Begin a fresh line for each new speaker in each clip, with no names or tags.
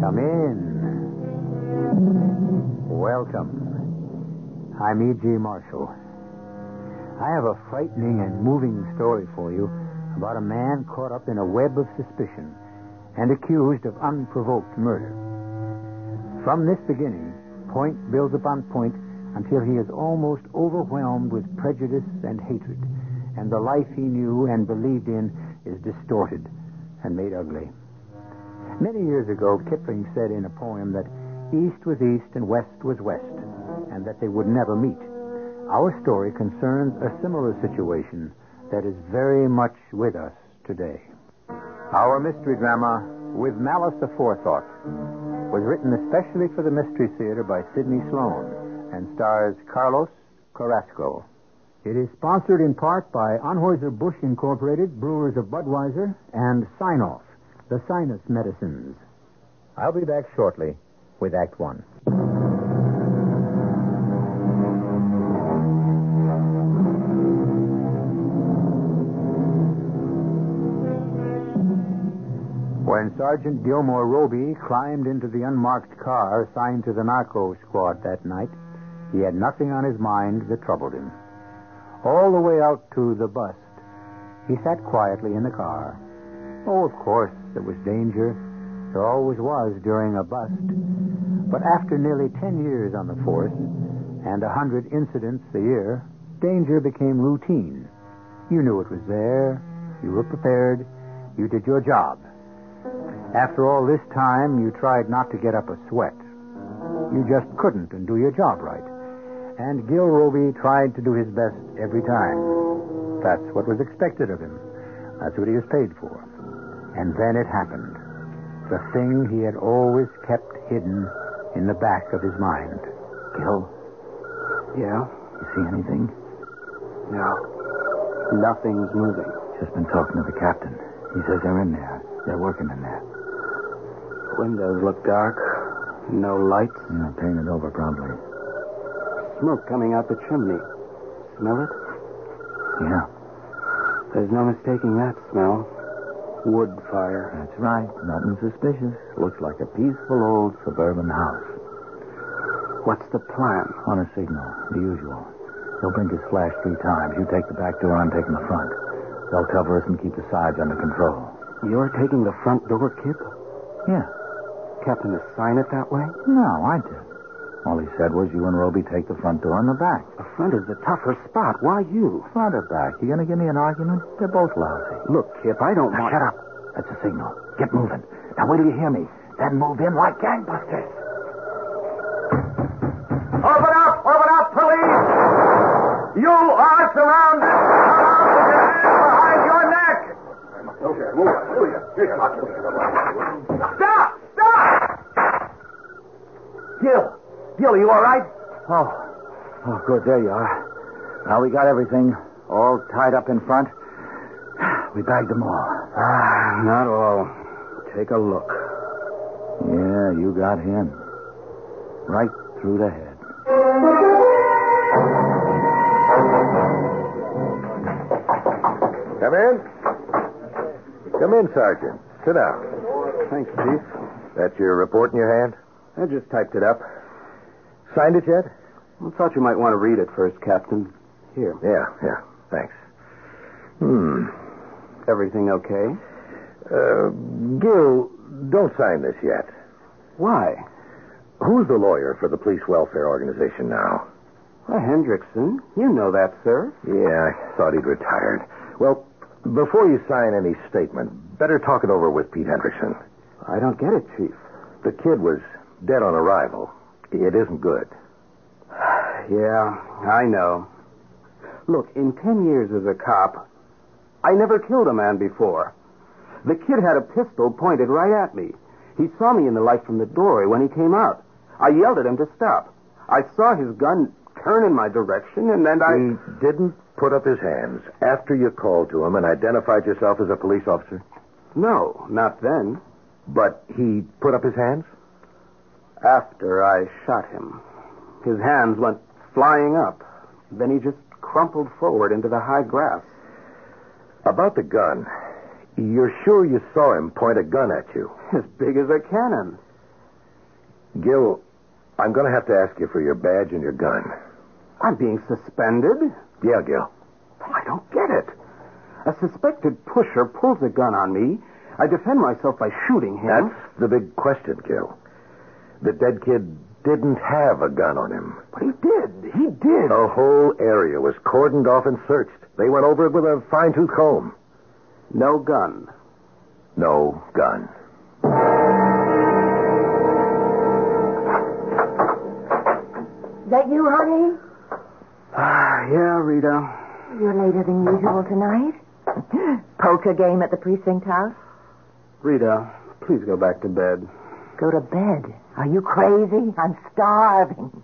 Come in. Welcome. I'm E.G. Marshall. I have a frightening and moving story for you about a man caught up in a web of suspicion and accused of unprovoked murder. From this beginning, point builds upon point until he is almost overwhelmed with prejudice and hatred, and the life he knew and believed in is distorted and made ugly. Many years ago, Kipling said in a poem that East was East and West was West, and that they would never meet. Our story concerns a similar situation that is very much with us today. Our mystery drama, With Malice Aforethought, was written especially for the Mystery Theater by Sidney Sloan and stars Carlos Carrasco. It is sponsored in part by Anheuser-Busch Incorporated, Brewers of Budweiser, and Sinoff, the sinus medicines. I'll be back shortly with Act One. When Sergeant Gilmore Roby climbed into the unmarked car assigned to the narco squad that night, he had nothing on his mind that troubled him. All the way out to the bust, he sat quietly in the car. Oh, of course, there was danger. There always was during a bust. But after nearly 10 years on the force and a 100 incidents a year, danger became routine. You knew it was there. You were prepared. You did your job. After all this time, you tried not to get up a sweat. You just couldn't and do your job right. And Gil Roby tried to do his best every time. That's what was expected of him. That's what he was paid for. And then it happened. The thing he had always kept hidden in the back of his mind. Gil,
Yeah?
you see anything?
No. Nothing's moving.
Just been talking to the captain. He says they're in there. They're working in there.
Windows look dark. No lights.
Mm, painted over, probably.
Smoke coming out the chimney. Smell it?
Yeah,
There's no mistaking that smell. Wood fire.
that's right. Nothing suspicious. Looks like a peaceful old suburban house.
What's the plan?
On a signal, the usual. He'll blink his flash three times. You take the back door, I'm taking the front. They'll cover us and keep the sides under control.
You're taking the front door, Kip?
Yeah.
Captain to sign it that way?
No, I did. All he said was you and Roby take the front door and the back.
The front is the tougher spot. Why you?
Front or back? You gonna give me an argument? They're both lousy.
Look, Kip, I don't
Now Ah,
want...
shut up. That's a signal. Get moving. Now wait till you hear me. Then move in like gangbusters. Open up! Open up, police! You are surrounded! Come out with your hands behind your neck! Stop! Stop! Gil! Gil, are you all right? Oh. Oh, good. There you are. Now we got everything all tied up in front. We bagged them all.
Ah, not all. Take a look.
Yeah, you got him. Right through the head.
Come in. Come in, Sergeant. Sit down.
Thanks, Chief.
That's your report in your hand?
I just typed it up.
Signed it yet?
I thought you might want to read it first, Captain. Here.
Yeah, yeah. Thanks. Hmm.
Everything okay?
Uh, Gil, don't sign this yet.
Why?
Who's the lawyer for the police welfare organization now?
Why, Hendrickson. You know that, sir.
Yeah, I thought he'd retired. Well, before you sign any statement, better talk it over with Pete Hendrickson.
I don't get it, Chief.
The kid was dead on arrival. It isn't good.
Yeah, I know. Look, in ten years as a cop, I never killed a man before. The kid had a pistol pointed right at me. He saw me in the light from the doorway when he came out. I yelled at him to stop. I saw his gun turn in my direction, and then I.
Mm.
He didn't put up his hands after you called to him and identified yourself as a police officer?
No, not then.
But he put up his hands?
After I shot him, his hands went flying up. Then he just crumpled forward into the high grass.
About the gun, you're sure you saw him point a gun at you?
As big as a cannon.
Gil, I'm going to have to ask you for your badge and your gun.
I'm being suspended.
Yeah, Gil.
I don't get it. A suspected pusher pulls a gun on me. I defend myself by shooting
Hmm?
him.
That's the big question, Gil. The dead kid didn't have a gun on him.
But he did. Oh. He did.
The whole area was cordoned off and searched. They went over it with a fine tooth comb.
No gun.
No gun.
Is that you, honey?
Ah, yeah, Rita.
You're later than usual tonight. Poker game at the precinct house?
Rita, please go back to bed.
Go to bed. Are you crazy? I'm starving.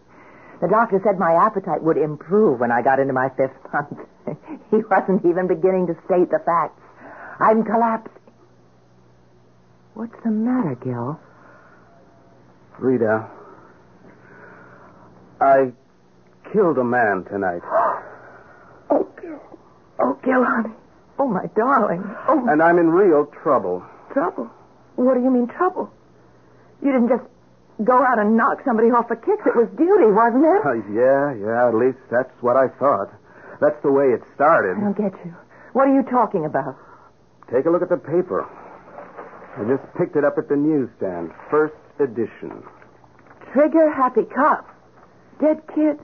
The doctor said my appetite would improve when I got into my fifth month. he wasn't even beginning to state the facts. I'm collapsing. What's the matter, Gil?
Rita, I killed a man tonight.
Oh, Gil. Oh, Gil, honey. Oh, my darling. Oh,
And I'm in real trouble.
trouble. What do you mean, trouble? You didn't just go out and knock somebody off a kick. It was duty, wasn't it?
Uh, yeah, yeah, at least that's what I thought. That's the way it
I
started.
don't get you. What are you talking about?
Take a look at the paper. I just picked it up at the newsstand. First edition.
Trigger happy cop. Dead kid.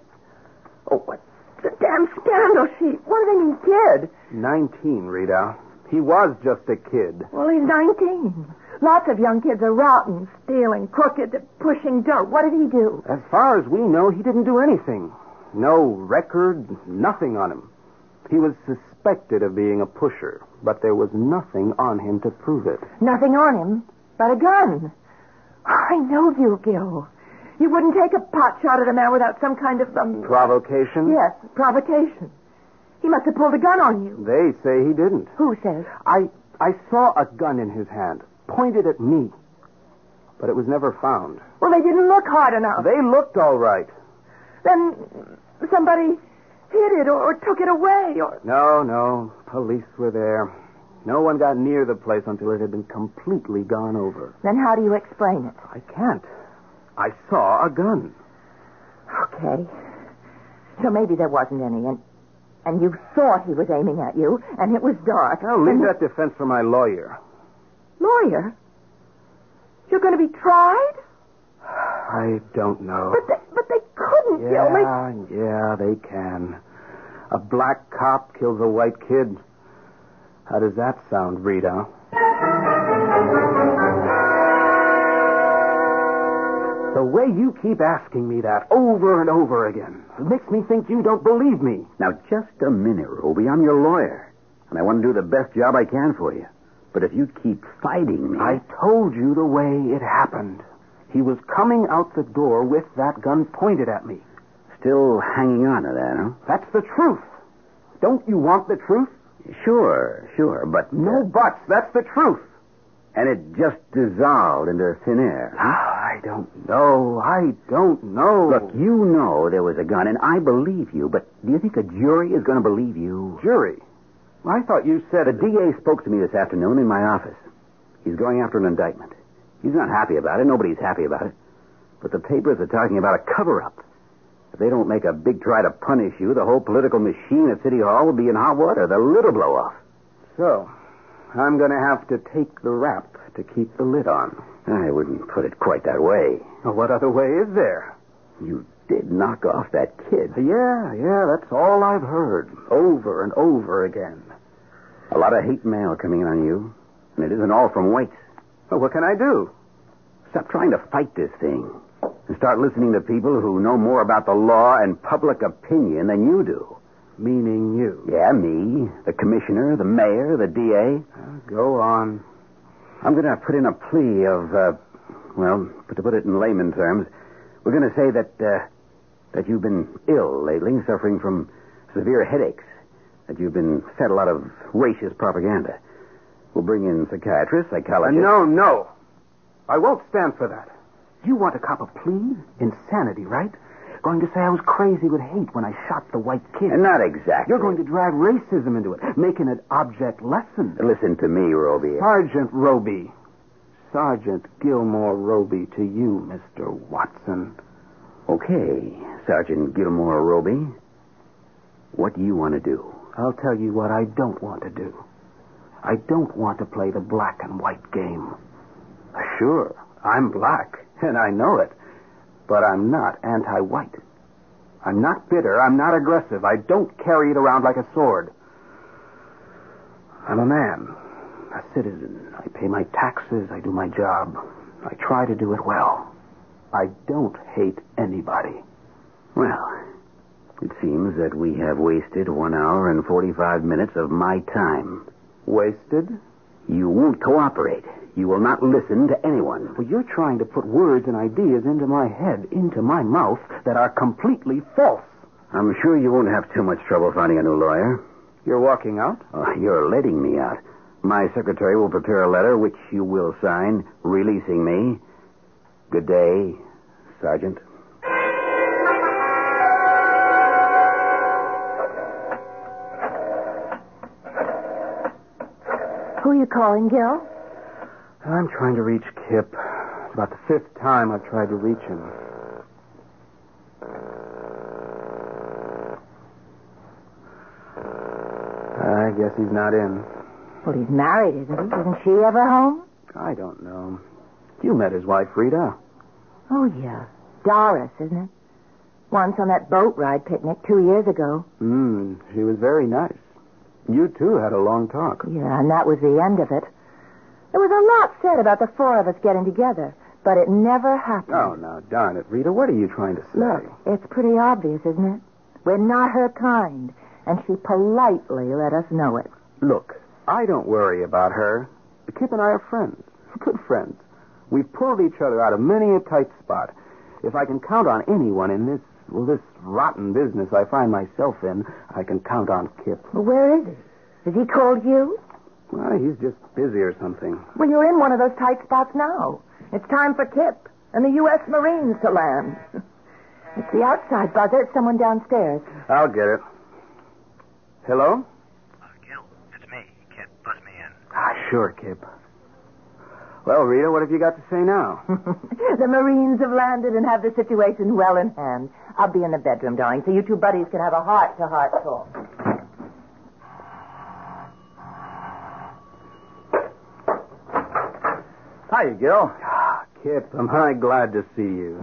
Oh, what's the damn scandal sheet? What do they mean, kid?
19, Rita. He was just a kid.
Well, he's 19. Lots of young kids are routing, stealing, crooked, pushing dirt. What did he do?
As far as we know, he didn't do anything. No record, nothing on him. He was suspected of being a pusher, but there was nothing on him to prove it.
Nothing on him but a gun. I know you, Gil. You wouldn't take a pot shot at a man without some kind of, um,
Provocation?
yes, provocation. He must have pulled a gun on you.
They say he didn't.
Who says?
I I saw a gun in his hand, pointed at me, but it was never found.
Well, they didn't look hard enough.
They looked all right.
Then somebody hid it or, or took it away or
No, no, police were there. No one got near the place until it had been completely gone over.
Then how do you explain it?
I can't. I saw a gun.
Okay. So maybe there wasn't any and and you thought he was aiming at you and it was dark.
Now leave
And-
that defense for my lawyer.
lawyer. You're going to be tried?
I don't know.
But they, but they couldn't, Gil. They-
Yeah, yeah, they can. A black cop kills a white kid. How does that sound, Rita? The way you keep asking me that over and over again it makes me think you don't believe me.
Now, just a minute, Ruby. I'm your lawyer, and I want to do the best job I can for you. But if you keep fighting me,
I told you the way it happened. He was coming out the door with that gun pointed at me.
still hanging on to that, huh?
That's the truth. Don't you want the truth?
Sure, sure, but
No buts. That's the truth.
And it just dissolved into thin air.
Ah, I don't know. I don't know.
Look, you know there was a gun, and I believe you, but do you think a jury is going to believe you?
jury. I thought you said
The DA spoke to me this afternoon in my office. He's going after an indictment. He's not happy about it. Nobody's happy about it. But the papers are talking about a cover up. If they don't make a big try to punish you, the whole political machine at City Hall will be in hot water. The lid will blow off.
So, I'm going to have to take the rap to keep the lid on.
I wouldn't put it quite that way.
Now, What other way is there?
You did knock off that kid.
Yeah, yeah, that's all I've heard over and over again.
A lot of hate mail coming in on you, and it isn't all from whites.
But what can I do?
Stop trying to fight this thing and start listening to people who know more about the law and public opinion than you do.
Meaning you.
Yeah, me, the commissioner, the mayor, the DA.
Go on.
I'm going to put in a plea of, uh, well, to put it in layman terms, we're going to say that uh, that you've been ill lately, suffering from severe headaches, that you've been fed a lot of racist propaganda. We'll bring in psychiatrists, psychologists.
Uh, no, no. I won't stand for that. You want a cop a plea? Insanity, right? Going to say I was crazy with hate when I shot the white kid.
not exactly.
You're going to drive racism into it, making it object lesson.
Listen to me, Roby.
Sergeant Roby, Sergeant Gilmore Roby to you, Mr. Watson.
Okay, Sergeant Gilmore Roby. What do you want to do?
I'll tell you what I don't want to do. I don't want to play the black and white game. Sure, I'm black, and I know it, but I'm not anti white. I'm not bitter. I'm not aggressive. I don't carry it around like a sword. I'm a man, a citizen. I pay my taxes. I do my job. I try to do it well. I don't hate anybody.
Well, it seems that we have wasted one hour and 45 minutes of my time.
Wasted?
You won't cooperate. You will not listen to anyone.
Well, you're trying to put words and ideas into my head, into my mouth, that are completely false.
I'm sure you won't have too much trouble finding a new lawyer.
You're walking out?
Oh, you're letting me out. My secretary will prepare a letter, which you will sign, releasing me. Good day, Sergeant.
Who are you calling, Gil?
I'm trying to reach Kip. It's about the fifth time I've tried to reach him. I guess he's not in.
Well, he's married, isn't he? Isn't she ever home?
I don't know. You met his wife, Rita.
Oh, yeah. Doris, isn't it? Once on that boat ride picnic two years ago.
Mm, she was very nice. You two had a long talk.
Yeah, and that was the end of it. There was a lot said about the four of us getting together, but it never happened.
Oh, now, darn it, Rita. What are you trying to say?
Look, it's pretty obvious, isn't it? We're not her kind, and she politely let us know it.
Look, I don't worry about her. Kip and I are friends, good friends. We've pulled each other out of many a tight spot. If I can count on anyone in this, well, this rotten business I find myself in, I can count on Kip.
Well, where is he? Has he called you?
Well, he's just busy or something.
Well, you're in one of those tight spots now. It's time for Kip and the U.S. Marines to land. It's the outside buzzer. It's someone downstairs.
I'll get it. Hello?
Uh, Gil, it's me. Kip, buzz me in.
Ah, sure, Kip. Well, Rita, what have you got to say now?
the Marines have landed and have the situation well in hand. I'll be in the bedroom, darling, so you two buddies can have a heart-to-heart talk.
Hi, Gil. Ah, Kip, am I glad to see you.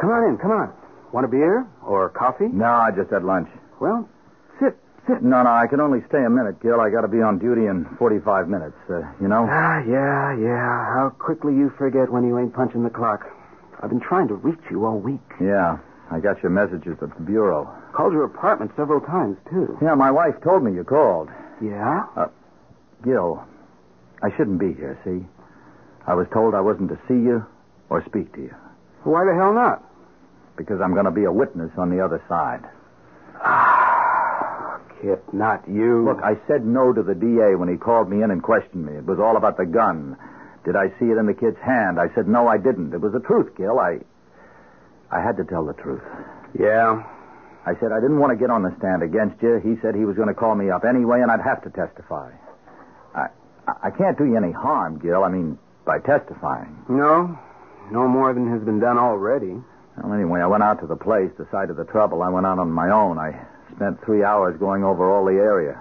Come on in, come on. Want a beer or coffee?
No, I just had lunch.
Well, sit, sit.
No, no, I can only stay a minute, Gil. I got to be on duty in 45 minutes, uh, you know?
Ah, yeah, yeah. How quickly you forget when you ain't punching the clock. I've been trying to reach you all week.
Yeah, I got your messages at the Bureau.
Called your apartment several times, too.
Yeah, my wife told me you called.
Yeah?
Gil, I shouldn't be here, see? I was told I wasn't to see you or speak to you
Why the hell not?
because I'm going to be a witness on the other side.
Ah, Kip, not you.
Look, I said no to the DA when he called me in and questioned me. It was all about the gun. Did I see it in the kid's hand? I said no, I didn't. It was the truth, Gil. I I had to tell the truth.
Yeah.
I said I didn't want to get on the stand against you. He said he was going to call me up anyway, and I'd have to testify. I I I can't do you any harm, Gil. I mean, by testifying.
No? No more than has been done already.
Well, anyway, I went out to the place, the site of the trouble. I went out on my own. I spent three hours going over all the area.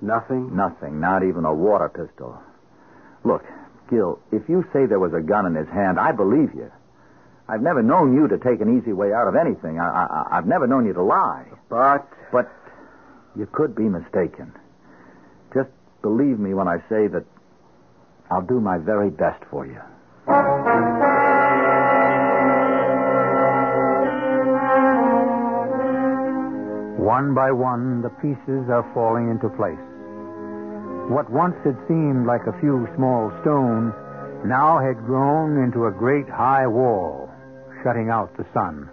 Nothing?
Nothing, not even a water pistol. Look, Gil, if you say there was a gun in his hand, I believe you. I've never known you to take an easy way out of anything. I, I, I've never known you to lie.
But
But you could be mistaken. Just believe me when I say that I'll do my very best for you.
One by one, the pieces are falling into place. What once had seemed like a few small stones now had grown into a great high wall, shutting out the sun.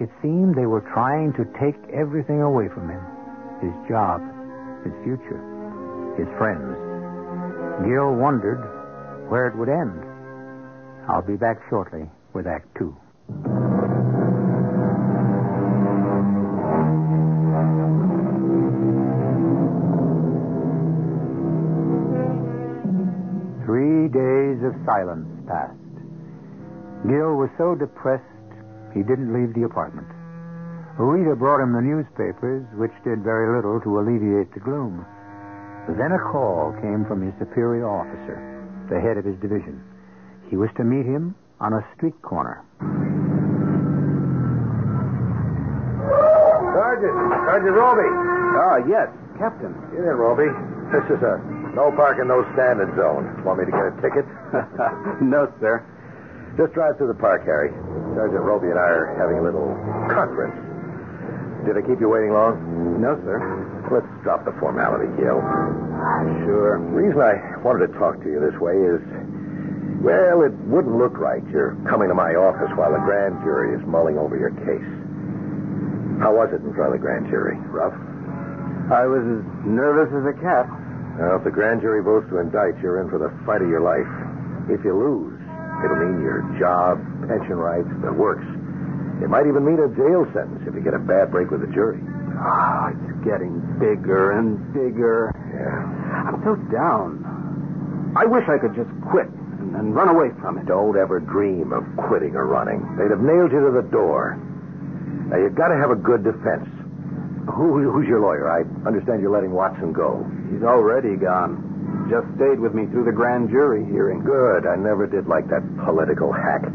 It seemed they were trying to take everything away from him his job, his future, his friends. Gil wondered where it would end. I'll be back shortly with Act Two. Three days of
of silence passed. Gill was so depressed, he didn't leave the apartment. Rita brought him the newspapers, which did very little to alleviate the gloom. Then a call came from his superior officer, the head of his division. He was to meet him on a street corner.
Sergeant, Sergeant Roby.
Ah, yes, Captain.
Get in, Roby. This is a no parking, no standing zone. Want me to get a ticket?
no, sir.
Just drive through the park, Harry. Sergeant Roby and I are having a little conference. Did I keep you waiting long?
No, sir.
Let's drop the formality, Gil.
Sure.
The reason I wanted to talk to you this way is, well, it wouldn't look right. You're coming to my office while the grand jury is mulling over your case. How was it in front of the grand jury? Rough?
I was as nervous as a cat.
Now, if the grand jury votes to indict, you're in for the fight of your life. If you lose, it'll mean your job, pension rights, the works. It might even mean a jail sentence if you get a bad break with the jury.
Ah, it's getting bigger and bigger.
Yeah.
I'm so down. I wish I could just quit and, and run away from it.
Don't ever dream of quitting or running. They'd have nailed you to the door. Now, you've got to have a good defense. Who, who's your lawyer? I understand you're letting Watson go.
He's already gone. Just stayed with me through the grand jury hearing.
Good. I never did like that political hack.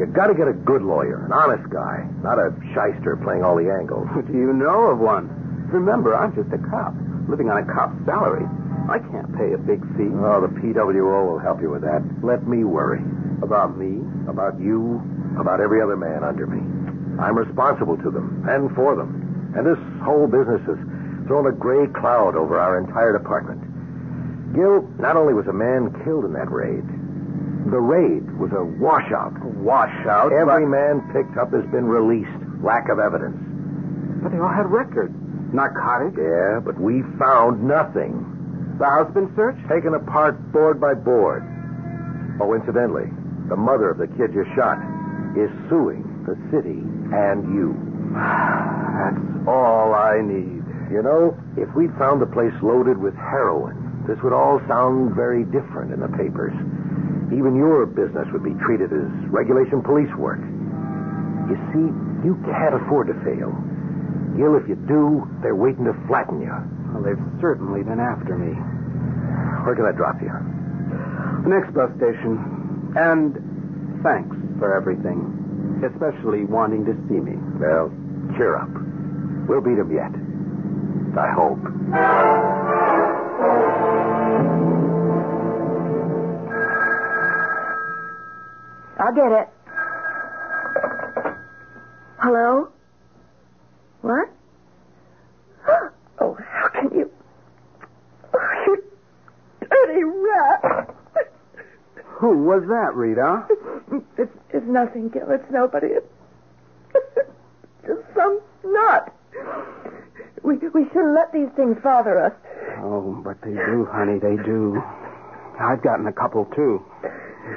You got to get a good lawyer, an honest guy, not a shyster playing all the angles.
Do you know of one? Remember, I'm just a cop, living on a cop's salary. I can't pay a big fee.
Oh, the PWO will help you with that. Let me worry
About me?
about you, about every other man under me. I'm responsible to them and for them. And this whole business has thrown a gray cloud over our entire department. Gil, not only was a man killed in that raid, the raid was a washout.
Washout.
Every man picked up has been released. Lack of evidence.
But they all had records. Narcotics.
Yeah, but we found nothing.
The house been searched.
Taken apart board by board. Oh, incidentally, the mother of the kid you shot is suing the city and you.
That's all I need.
You know, if we'd found the place loaded with heroin, this would all sound very different in the papers. Even your business would be treated as regulation police work. You see, you can't afford to fail. Gil, if you do, they're waiting to flatten you.
Well, they've certainly been after me.
Where can I drop you?
Next bus station. And thanks for everything, especially wanting to see me.
Well, cheer up. We'll beat 'em yet. I hope.
I'll get it. Hello? What? Oh, how can you? Oh, you dirty rat.
Who was that, Rita?
It's, it's nothing, Gil. It's nobody. It's just some nut. We, we shouldn't let these things bother us.
Oh, but they do, honey, they do. I've gotten a couple, too.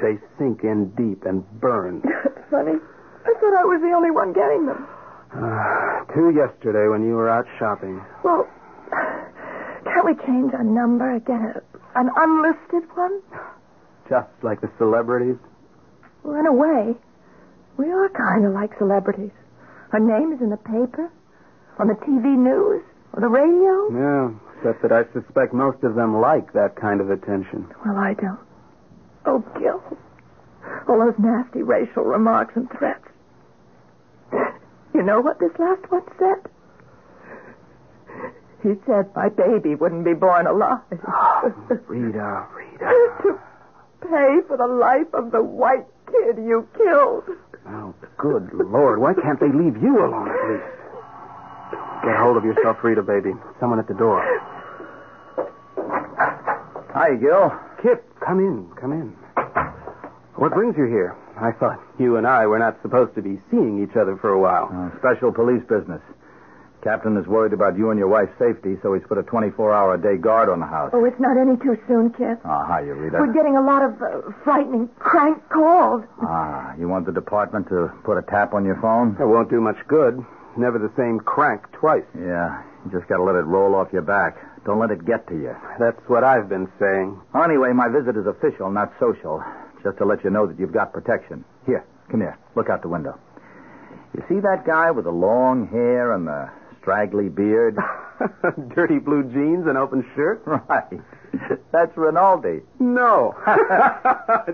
They sink in deep and burn.
It's funny. I thought I was the only one getting them.
Uh, two yesterday when you were out shopping.
Well, can't we change our number? Get a, an unlisted one?
Just like the celebrities.
Well, in a way, we are kind of like celebrities. Our name is in the paper, on the TV news, on the radio.
Yeah, except that I suspect most of them like that kind of attention.
Well, I don't. Oh, Gil. All those nasty racial remarks and threats. You know what this last one said? He said my baby wouldn't be born alive. Oh.
Rita, Rita.
to pay for the life of the white kid you killed.
Oh, good Lord. Why can't they leave you alone at least? Get hold of yourself, Rita, baby. Someone at the door.
Hi, Gil.
Kip, come in. Come in. What brings you here? I thought you and I were not supposed to be seeing each other for a while.
Uh, special police business. Captain is worried about you and your wife's safety, so he's put a 24-hour-a-day guard on the house.
Oh, it's not any too soon, Kip.
Ah, hi, you read
We're getting a lot of uh, frightening crank calls.
Ah, you want the department to put a tap on your phone?
It won't do much good. Never the same crank twice.
Yeah, you just gotta let it roll off your back. Don't let it get to you.
That's what I've been saying.
Well, anyway, my visit is official, not social.
just to let you know that you've got protection. Here, come here. Look out the window. You see that guy with the long hair and the straggly beard?
Dirty blue jeans and open shirt?
right. That's Rinaldi.
No.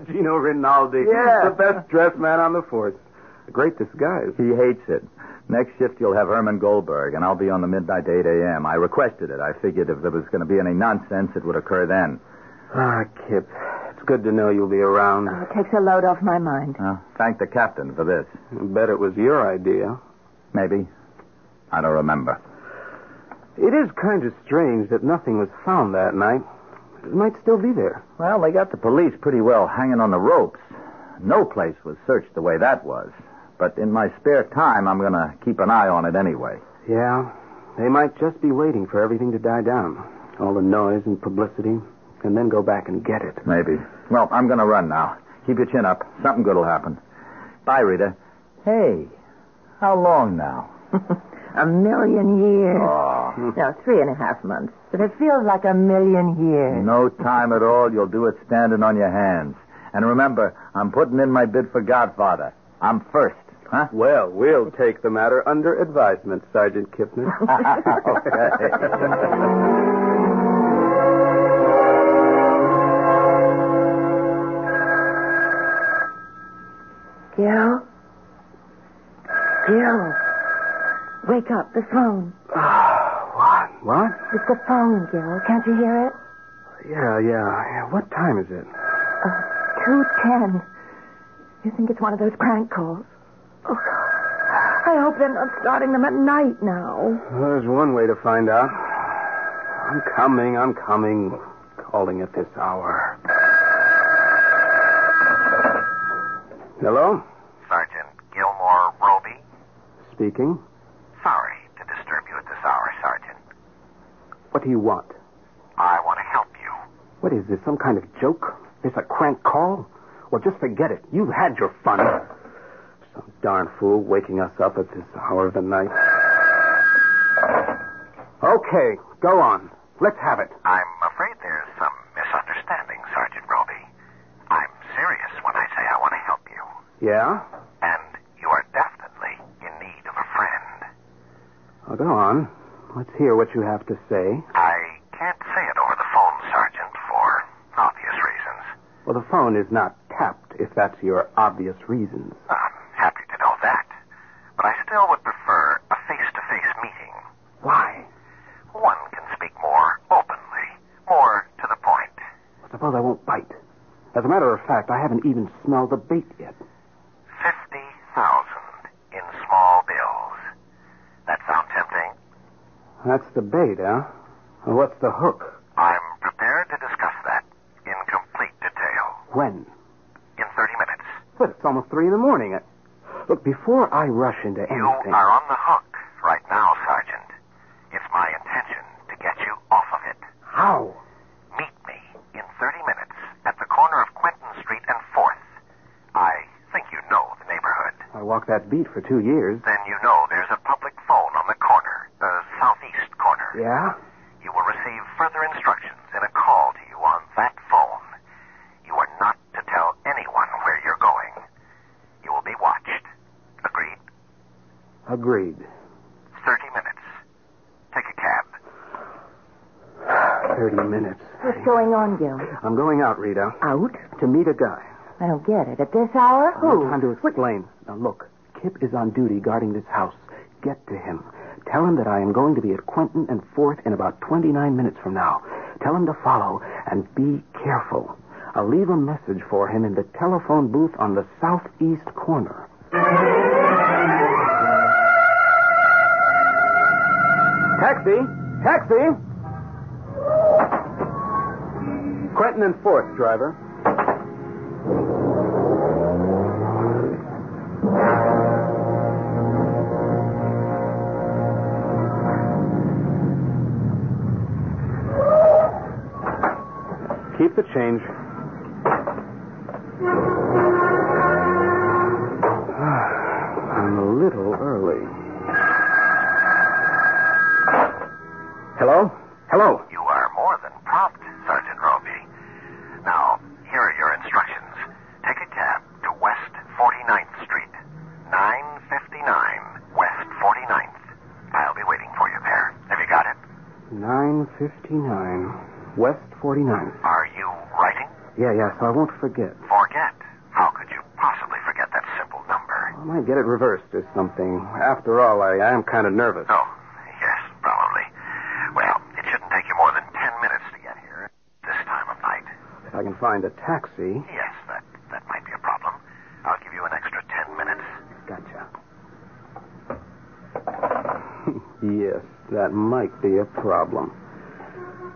Gino Rinaldi.
Yeah.
The best dressed man on the force. A great disguise.
He hates it. Next shift, you'll have Herman Goldberg, and I'll be on the midnight to 8 a.m. I requested it. I figured if there was going to be any nonsense, it would occur then.
Ah, Kip. It's good to know you'll be around.
Oh, it takes a load off my mind.
Uh, thank the captain for this.
I bet it was your idea.
Maybe. I don't remember.
It is kind of strange that nothing was found that night. It might still be there.
Well, they got the police pretty well hanging on the ropes. No place was searched the way that was. But in my spare time, I'm going to keep an eye on it anyway.
Yeah. They might just be waiting for everything to die down. All the noise and publicity, and then go back and get it.
Maybe. Well, I'm going to run now. Keep your chin up. Something good will happen. Bye, Rita. Hey, how long now?
A million years.
Oh,
No, three and a half months. But it feels like a million years.
no time at all. You'll do it standing on your hands. And remember, I'm putting in my bid for Godfather. I'm first. Huh?
Well, we'll take the matter under advisement, Sergeant Kipner.
Okay.
Gil? Gil. Wake up. The phone.
what? Ah, What?
It's the phone, Gil. Can't you hear it?
Yeah, yeah, yeah. What time is it?
Oh, Two ten. You think it's one of those prank calls? Oh, I hope they're not starting them at night now.
Well, there's one way to find out. I'm coming, I'm coming. Calling at this hour. Hello?
Sergeant Gilmore Roby?
Speaking.
Sorry to disturb you at this hour, Sergeant.
What do you want?
I want to help you.
What is this, some kind of joke? This a crank call? Well, just forget it. You've had your fun. Some darn fool waking us up at this hour of the night. Okay, go on. Let's have it.
I'm afraid there's some misunderstanding, Sergeant Roby. I'm serious when I say I want to help you.
Yeah?
And you are definitely in need of a friend.
Well, go on. Let's hear what you have to say.
I can't say it over the phone, Sergeant, for obvious reasons.
Well, the phone is not tapped, if that's your obvious reasons.
I'm happy to know that. But I still would prefer a face to face meeting.
Why?
One can speak more openly, more to the point.
Well, suppose I won't bite. As a matter of fact, I haven't even smelled the bait yet.
50,000 in small bills. That sound tempting?
That's the bait, huh? Well, what's the hook?
I'm prepared to discuss that in complete detail
When?
in 30 minutes.
But it's almost three in the morning. I... Look, before I rush into
You
anything.
are on the hook right now, Sergeant. It's my intention to get you off of it.
How?
Meet me in 30 minutes at the corner of Quentin Street and 4th. I think you know the neighborhood.
I walked that beat for two years.
Then you know there's a public phone on the corner, the southeast corner.
Yeah?
You will receive further instructions in a call to you on that phone. You are not to tell anyone where you're going. You will be watched. Agreed?
Agreed.
30 minutes. Take a cab.
Thirty minutes.
What's going on, Gil?
I'm going out, Rita,
Out?
to meet a guy.
I don't get it. At this hour?
No
Who?
time to explain. Now, look, Kip is on duty guarding this house. Get to him. Tell him that I am going to be at Quentin and Fourth in about 29 minutes from now. Tell him to follow and be careful. I'll leave a message for him in the telephone booth on the southeast corner. Taxi! Taxi! Quentin and Fourth, driver. Keep the change. Ah, I'm a little early. Hello? Hello?
You are more than prompt, Sergeant Roby. Now, here are your instructions.
59. West 49th.
Are you writing?
Yeah, yeah, so I won't forget.
Forget? How could you possibly forget that simple number?
I might get it reversed or something. After all, I, I am kind of nervous.
Oh, yes, probably. Well, it shouldn't take you more than ten minutes to get here this time of night.
If I can find a taxi.
Yes, that, that might be a problem. I'll give you an extra ten minutes.
Gotcha. yes, that might be a problem.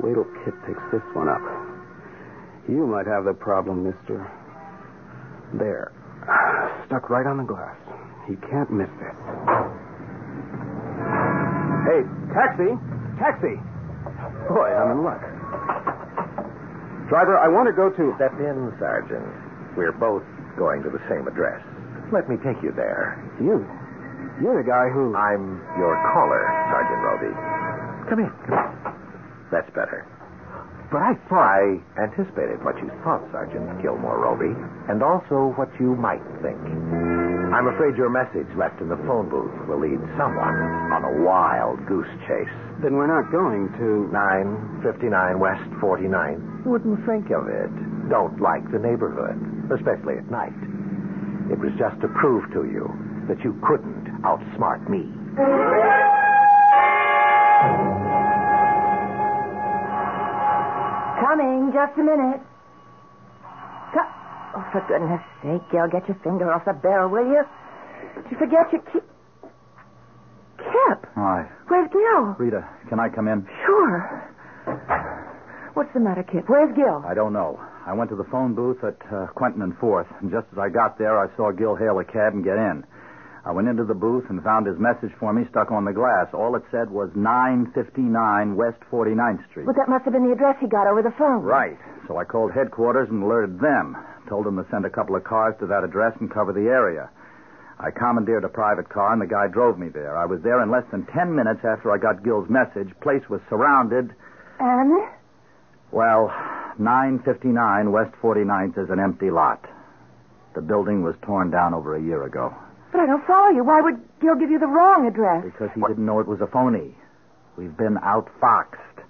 Wait till Kit picks this one up. You might have the problem, mister. There. Stuck right on the glass. He can't miss this. Hey, taxi! Taxi! Boy, I'm in luck. Driver, I want to go to.
Step in, Sergeant. We're both going to the same address. Let me take you there.
You. You're the guy who.
I'm your caller, Sergeant Roby. Come in. Come in. That's better. But I thought I anticipated what you thought, Sergeant Gilmore Roby, and also what you might think. I'm afraid your message left in the phone booth will lead someone on a wild goose chase.
Then we're not going to.
959 West 49. Wouldn't think of it. Don't like the neighborhood, especially at night. It was just to prove to you that you couldn't outsmart me.
Coming, just a minute. Co- Oh, for goodness sake, Gil, get your finger off the barrel, will you? Did you forget your key? Kip,
All right.
where's Gil?
Rita, can I come in?
Sure. What's the matter, Kip? Where's Gil?
I don't know. I went to the phone booth at uh, Quentin and Fourth, and just as I got there, I saw Gil hail a cab and get in. I went into the booth and found his message for me stuck on the glass. All it said was 959 West 49th Street.
Well, that must have been the address he got over the phone.
Right. So I called headquarters and alerted them. Told them to send a couple of cars to that address and cover the area. I commandeered a private car, and the guy drove me there. I was there in less than ten minutes after I got Gill's message. Place was surrounded.
And?
Well, 959 West 49th is an empty lot. The building was torn down over a year ago
But I don't follow you. Why would Gil give you the wrong address?
because he didn't know it was a phony. We've been outfoxed.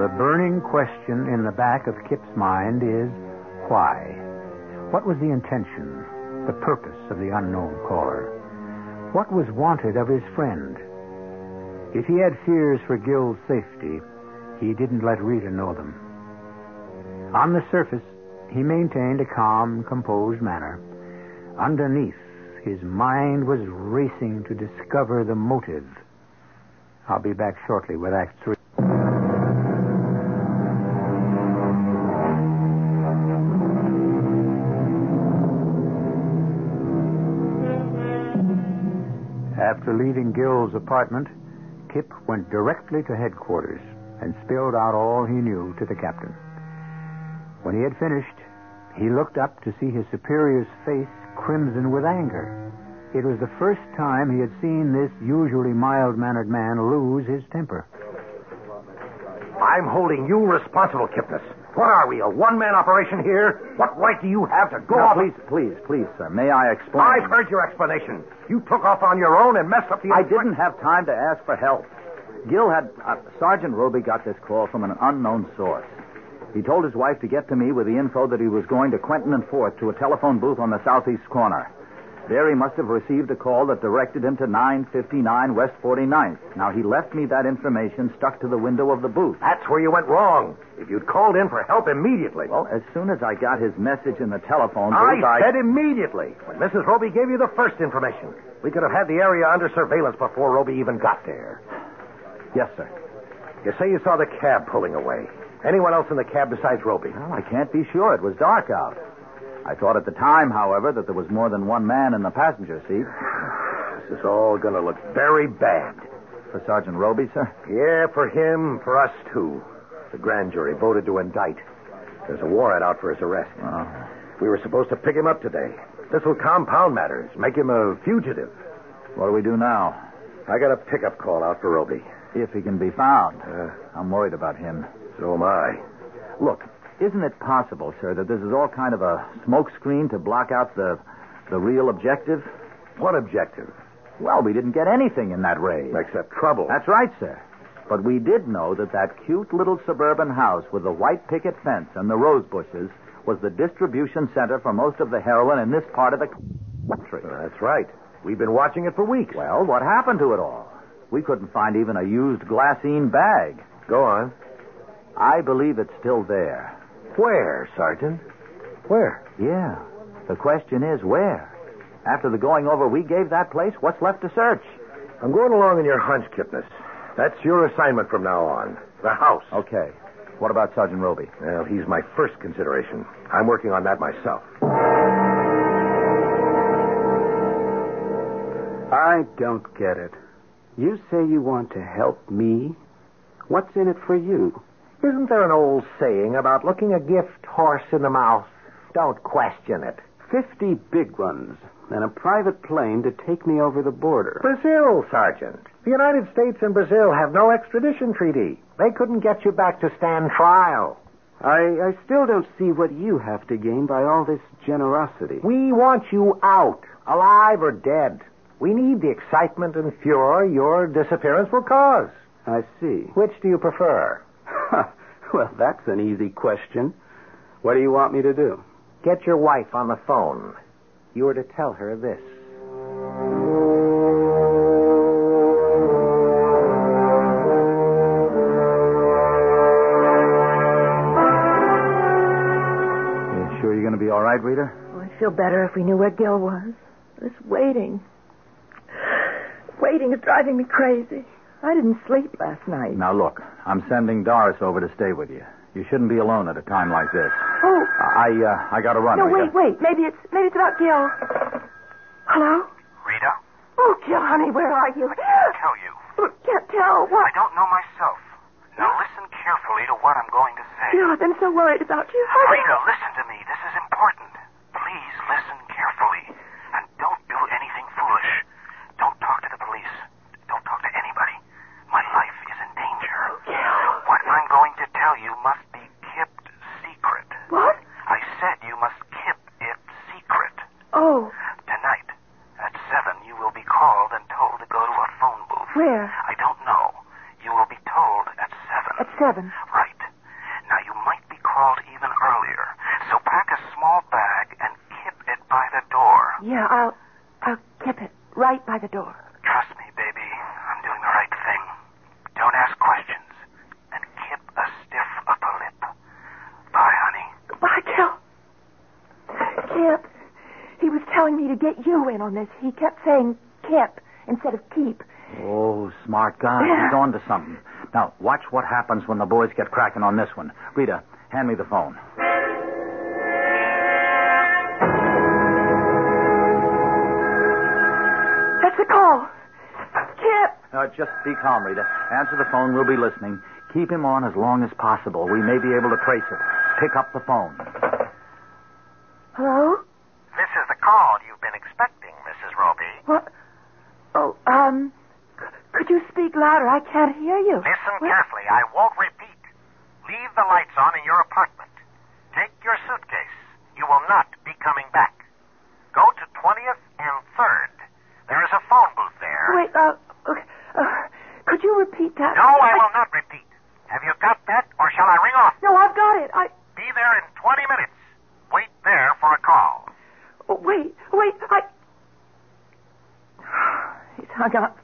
The burning question in the back of Kip's mind is why? What was the intention, the purpose of the unknown caller? What was wanted of his friend? If he had fears for Gill's safety, he didn't let Rita know them. On the surface, he maintained a calm, composed manner. Underneath, his mind was racing to discover the motive. I'll be back shortly with Act Three. After leaving Gill's apartment, Kip went directly to headquarters and spilled out all he knew to the captain. When he had finished, he looked up to see his superior's face crimson with anger. It was the first time he had seen this usually mild mannered man lose his temper.
I'm holding you responsible, Kipnis. What are we, a one man operation here? What right do you have to go
Now,
off?
please, please, please, sir. May I explain?
I've heard your explanation. You took off on your own and messed up the.
I didn't have time to ask for help. Gil had. Uh, Sergeant Roby got this call from an unknown source. He told his wife to get to me with the info that he was going to Quentin and Forth to a telephone booth on the southeast corner. There he must have received a call that directed him to 959 West 49th. Now, he left me that information stuck to the window of the booth.
That's where you went wrong. If you'd called in for help immediately.
Well, as soon as I got his message in the telephone
I
booth, I...
said immediately when Mrs. Roby gave you the first information. We could have had the area under surveillance before Roby even got there.
Yes, sir.
You say you saw the cab pulling away. Anyone else in the cab besides Roby?
Well, I can't be sure. It was dark out. I thought at the time, however, that there was more than one man in the passenger seat.
This is all going to look very bad.
For Uh, Sergeant Roby, sir?
Yeah, for him, for us too. The grand jury voted to indict. There's a warrant out for his arrest.
Uh,
We were supposed to pick him up today. This will compound matters, make him a fugitive.
What do we do now?
I got a pickup call out for Roby.
If he can be found. I'm worried about him.
So am I.
Look, isn't it possible, sir, that this is all kind of a smokescreen to block out the The real objective?
What objective?
Well, we didn't get anything in that raid.
Except trouble.
That's right, sir. But we did know that that cute little suburban house with the white picket fence and the rose bushes was the distribution center for most of the heroin in this part of the country.
That's right. We've been watching it for weeks.
Well, what happened to it all? We couldn't find even a used glassine bag.
Go on.
I believe it's still there.
Where, Sergeant? Where?
Yeah. The question is where? After the going over we gave that place, what's left to search?
I'm going along in your hunch, Kipnis. That's your assignment from now on. The house.
Okay. What about Sergeant Roby?
Well, he's my first consideration. I'm working on that myself.
I don't get it. You say you want to help me. What's in it for you?
Isn't there an old saying about looking a gift horse in the mouth? Don't question it.
Fifty big ones and a private plane to take me over the border.
Brazil, Sergeant. The United States and Brazil have no extradition treaty. They couldn't get you back to stand trial.
I, I still don't see what you have to gain by all this generosity.
We want you out, alive or dead. We need the excitement and furor your disappearance will cause.
I see.
Which do you prefer?
well, that's an easy question. What do you want me to do?
Get your wife on the phone. You are to tell her this.
You sure you're going to be all right, Rita?
Oh, I'd feel better if we knew where Gil was. This waiting. Waiting is driving me crazy. I didn't sleep last night.
Now, look, I'm sending Doris over to stay with you. You shouldn't be alone at a time like this.
Oh,
I, uh, I got to run.
no,
Rita.
wait, wait. Maybe it's maybe it's about Gil. Hello?
Rita,
Oh, Gil, honey, where are you?
I'll tell you.
Oh, Can't tell.
I
What?
don't know myself. Now listen carefully to what I'm going to say.
Gil, I've been so worried about you.
Rita, listen to me. This is important. Please listen carefully. And don't do anything foolish. Don't talk to the police. Don't talk to anybody. My life is in danger. What I'm going to tell you must be kept secret.
What?
I said you must keep it secret.
Oh,
Tonight, at 7, you will be called and told to go to a phone booth.
Where?
I don't know. You will be told at 7.
At 7?
Right. Now, you might be called even earlier. So pack a small bag and keep it by the door.
yeah, I'll I'll keep it right by the door.
Trust me, baby. I'm doing the right thing. Don't ask questions. And keep a stiff upper lip. Bye, honey.
Goodbye, Gil. Kip. He was telling me to get you in on this. He kept saying Kip instead of keep.
Oh, smart guy. He's on to something. Now, watch what happens when the boys get cracking on this one. Rita, hand me the phone.
That's the call. Kip.
Now, just be calm, Rita. Answer the phone. We'll be listening. Keep him on as long as possible. We may be able to trace it. Pick up the phone.
Hello?
This is the call you've been expecting, Mrs. Roby.
What? Oh, um, c- could you speak louder? I can't hear you.
Listen
Well,
carefully. I won't repeat. Leave the lights on in your apartment. Take your suitcase. You will not be coming back. Go to 20th and 3rd. There is a phone booth there.
Wait, uh, okay. Uh, could you repeat that?
No, I will not repeat. Have you got that, or shall I ring off?
No, I've got it. I.
Be there in 20 minutes. Wait there for a call.
oh, Wait, wait, I. He's hung up.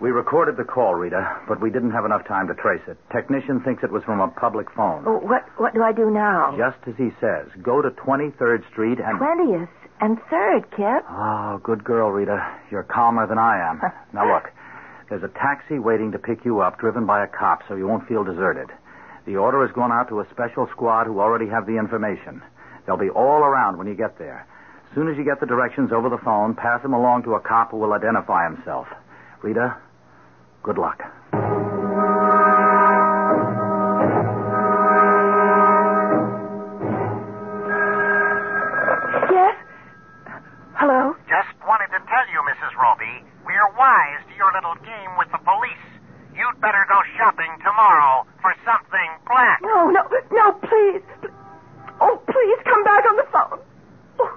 We recorded the call, Rita, but we didn't have enough time to trace it. Technician thinks it was from a public phone.
Oh, what, what do I do now?
Just as he says, go to 23rd Street and.
20th and 3rd, Kip.
Oh, good girl, Rita. You're calmer than I am. now, look, there's a taxi waiting to pick you up, driven by a cop, so you won't feel deserted. The order has gone out to a special squad who already have the information. They'll be all around when you get there. Soon as you get the directions over the phone, pass them along to a cop who will identify himself. Rita, good luck.
Yes? Hello?
Just wanted to tell you, Mrs. Roby, we're wise to your little game with the police. You'd better go shopping tomorrow for something black.
No, no, no, please. Pl- Oh, please come back on the phone. Oh,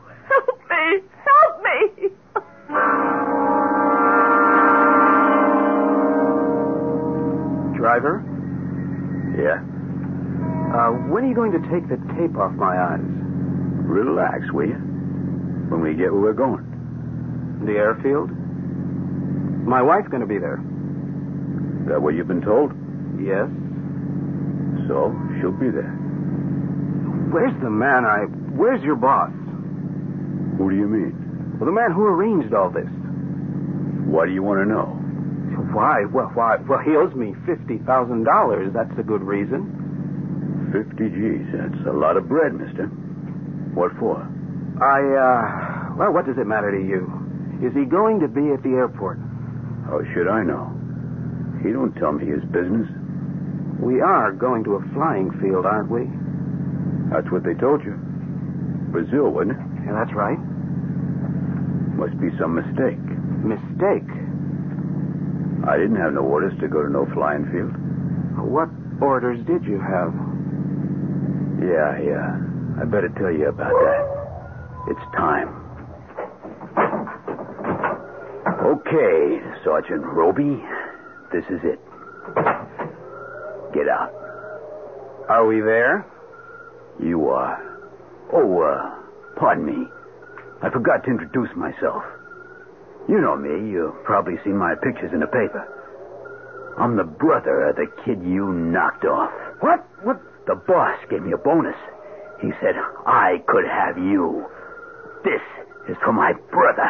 Driver?
Yeah.
Uh, when are you going to take the tape off my eyes?
Relax, will you? When we get where we're going.
The airfield? My wife's going to be there.
That what you've been told?
Yes.
So, she'll be there.
Where's the man I. Where's your boss?
Who do you mean?
Well, the man who arranged all this.
What do you want to know?
Why? Well, why? Well, he owes me $50,000. That's a good reason.
50 G's. That's a lot of bread, mister. What for?
I, uh. Well, what does it matter to you? Is he going to be at the airport?
How should I know? He don't tell me his business.
We are going to a flying field, aren't we?
That's what they told you. Brazil, wasn't it?
Yeah, that's right.
Must be some mistake.
Mistake.
I didn't have no orders to go to no flying field.
What orders did you have?
Yeah, yeah. I better tell you about that. It's time. Okay, Sergeant Roby. This is it. Get out.
Are we there?
You are. Oh, uh, pardon me. I forgot to introduce myself. You know me. You've probably seen my pictures in the paper. I'm the brother of the kid you knocked off. What? What? The boss gave me a bonus. He said I could have you. This is for my brother.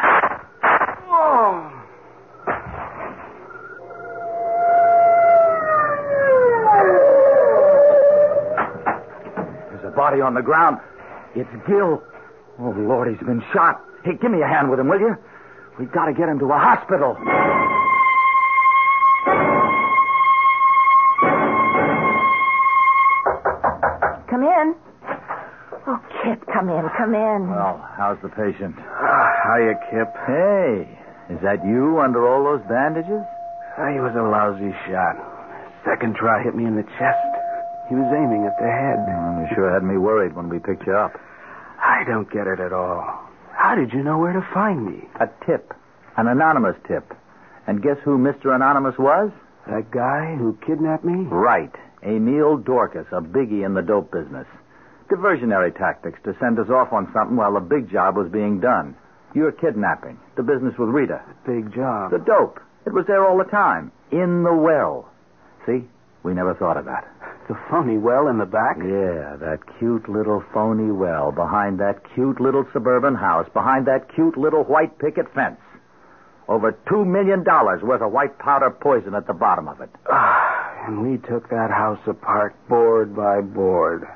There's a body on the ground. It's Gil. Oh, Lord, he's been shot. Hey, give me a hand with him, will you? We gotta get him to a hospital.
Come in. Oh, Kip, come in, come in.
Well, how's the patient?
Ah, hiya, Kip.
Hey, is that you under all those bandages?
Ah, He was a lousy shot. Second try hit me in the chest. He was aiming at the head.
Mm, you sure had me worried when we picked you up.
I don't get it at all. How did you know where to find me?
A tip, an anonymous tip. And guess who Mr. Anonymous was?
That guy who kidnapped me?
Right. Emil Dorcas, a biggie in the dope business. Diversionary tactics to send us off on something while the big job was being done. Your kidnapping, the business with Rita,
Big job.
the dope. It was there all the time, in the well. See, we never thought of that.
The phony well in the back?
Yeah, that cute little phony well behind that cute little suburban house, behind that cute little white picket fence. Over $2 million worth of white powder poison at the bottom of it.
Ah, and we took that house apart board by board.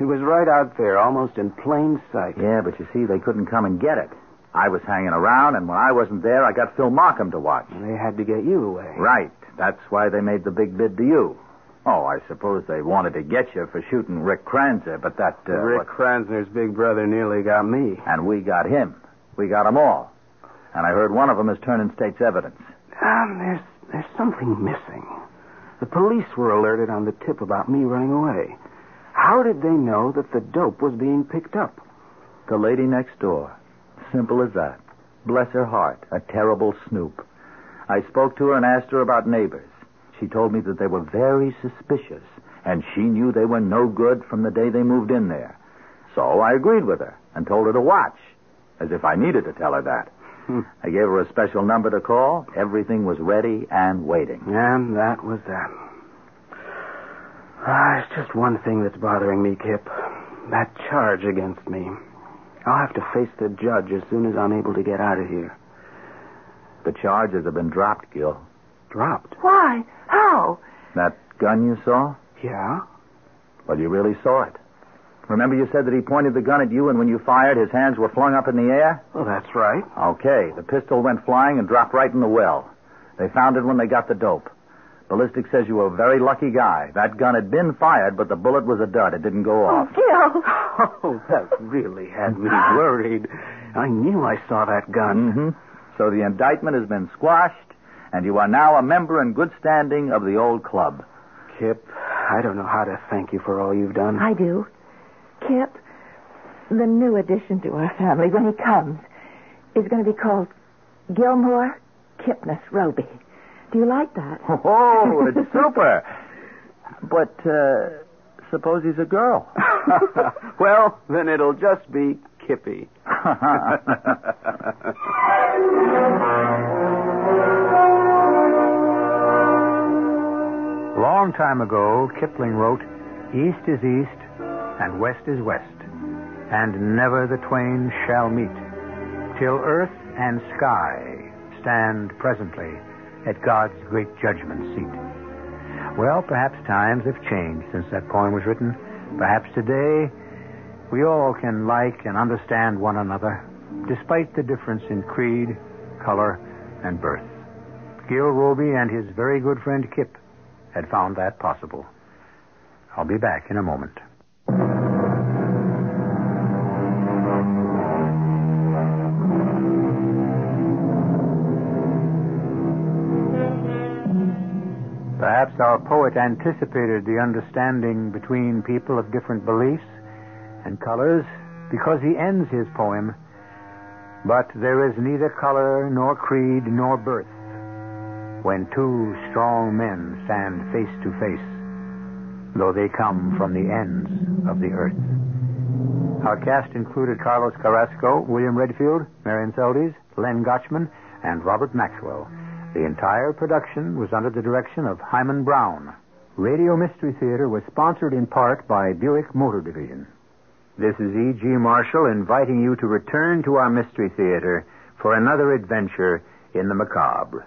It was right out there, almost in plain sight.
Yeah, but you see, they couldn't come and get it. I was hanging around, and when I wasn't there, I got Phil Markham to watch.
They had to get you away.
Right. That's why they made the big bid to you. Oh, I suppose they wanted to get you for shooting Rick Kranzer, but that. Uh,
Rick Kranzner's big brother nearly got me.
what- And we got him. We got 'em all. And I heard one of 'em is turning state's evidence.
Um, there's, there's something missing. The police were alerted on the tip about me running away. How did they know that the dope was being picked up?
The lady next door. Simple as that. Bless her heart, a terrible snoop. I spoke to her and asked her about neighbors. She told me that they were very suspicious, and she knew they were no good from the day they moved in there. So I agreed with her and told her to watch, as if I needed to tell her that.
Hmm.
I gave her a special number to call. Everything was ready and waiting.
And that was that. Ah, it's just one thing that's bothering me, Kip. That charge against me. I'll have to face the judge as soon as I'm able to get out of here.
The charges have been dropped, Gil.
Dropped?
Why? How?
That gun you saw?
Yeah?
Well, you really saw it. Remember you said that he pointed the gun at you, and when you fired, his hands were flung up in the air?
Well, that's right.
Okay. The pistol went flying and dropped right in the well. They found it when they got the dope. Ballistic says you were a very lucky guy. That gun had been fired, but the bullet was a dud. It didn't go
Hmm.
off.
Gil.
Oh, that really had me worried. I knew I saw that gun.
Mm-hmm. So the indictment has been squashed, and you are now a member in good standing of the old club.
Kip, I don't know how to thank you for all you've done.
I do. Kip, the new addition to our family, when he comes, is going to be called Gilmore Kipnis Roby. Do you like that?
Oh, it's super. But uh, suppose he's a girl.
well, then it'll just be Kippy.
Long time ago, Kipling wrote, East is east, and west is west, and never the twain shall meet, till earth and sky stand presently at God's great judgment seat. Well, perhaps times have changed since that poem was written. Perhaps today we all can like and understand one another, despite the difference in creed, color, and birth. Gil Roby and his very good friend Kip had found that possible. I'll be back in a moment. Perhaps our poet anticipated the understanding between people of different beliefs and colors because he ends his poem, But there is neither color nor creed nor birth when two strong men stand face to face, though they come from the ends of the earth. Our cast included Carlos Carrasco, William Redfield, Marion Seldes, Len Gotchman, and Robert Maxwell. The entire production was under the direction of Hyman Brown. Radio Mystery Theater was sponsored in part by Buick Motor Division. This is E.G. Marshall inviting you to return to our Mystery Theater for another adventure in the macabre.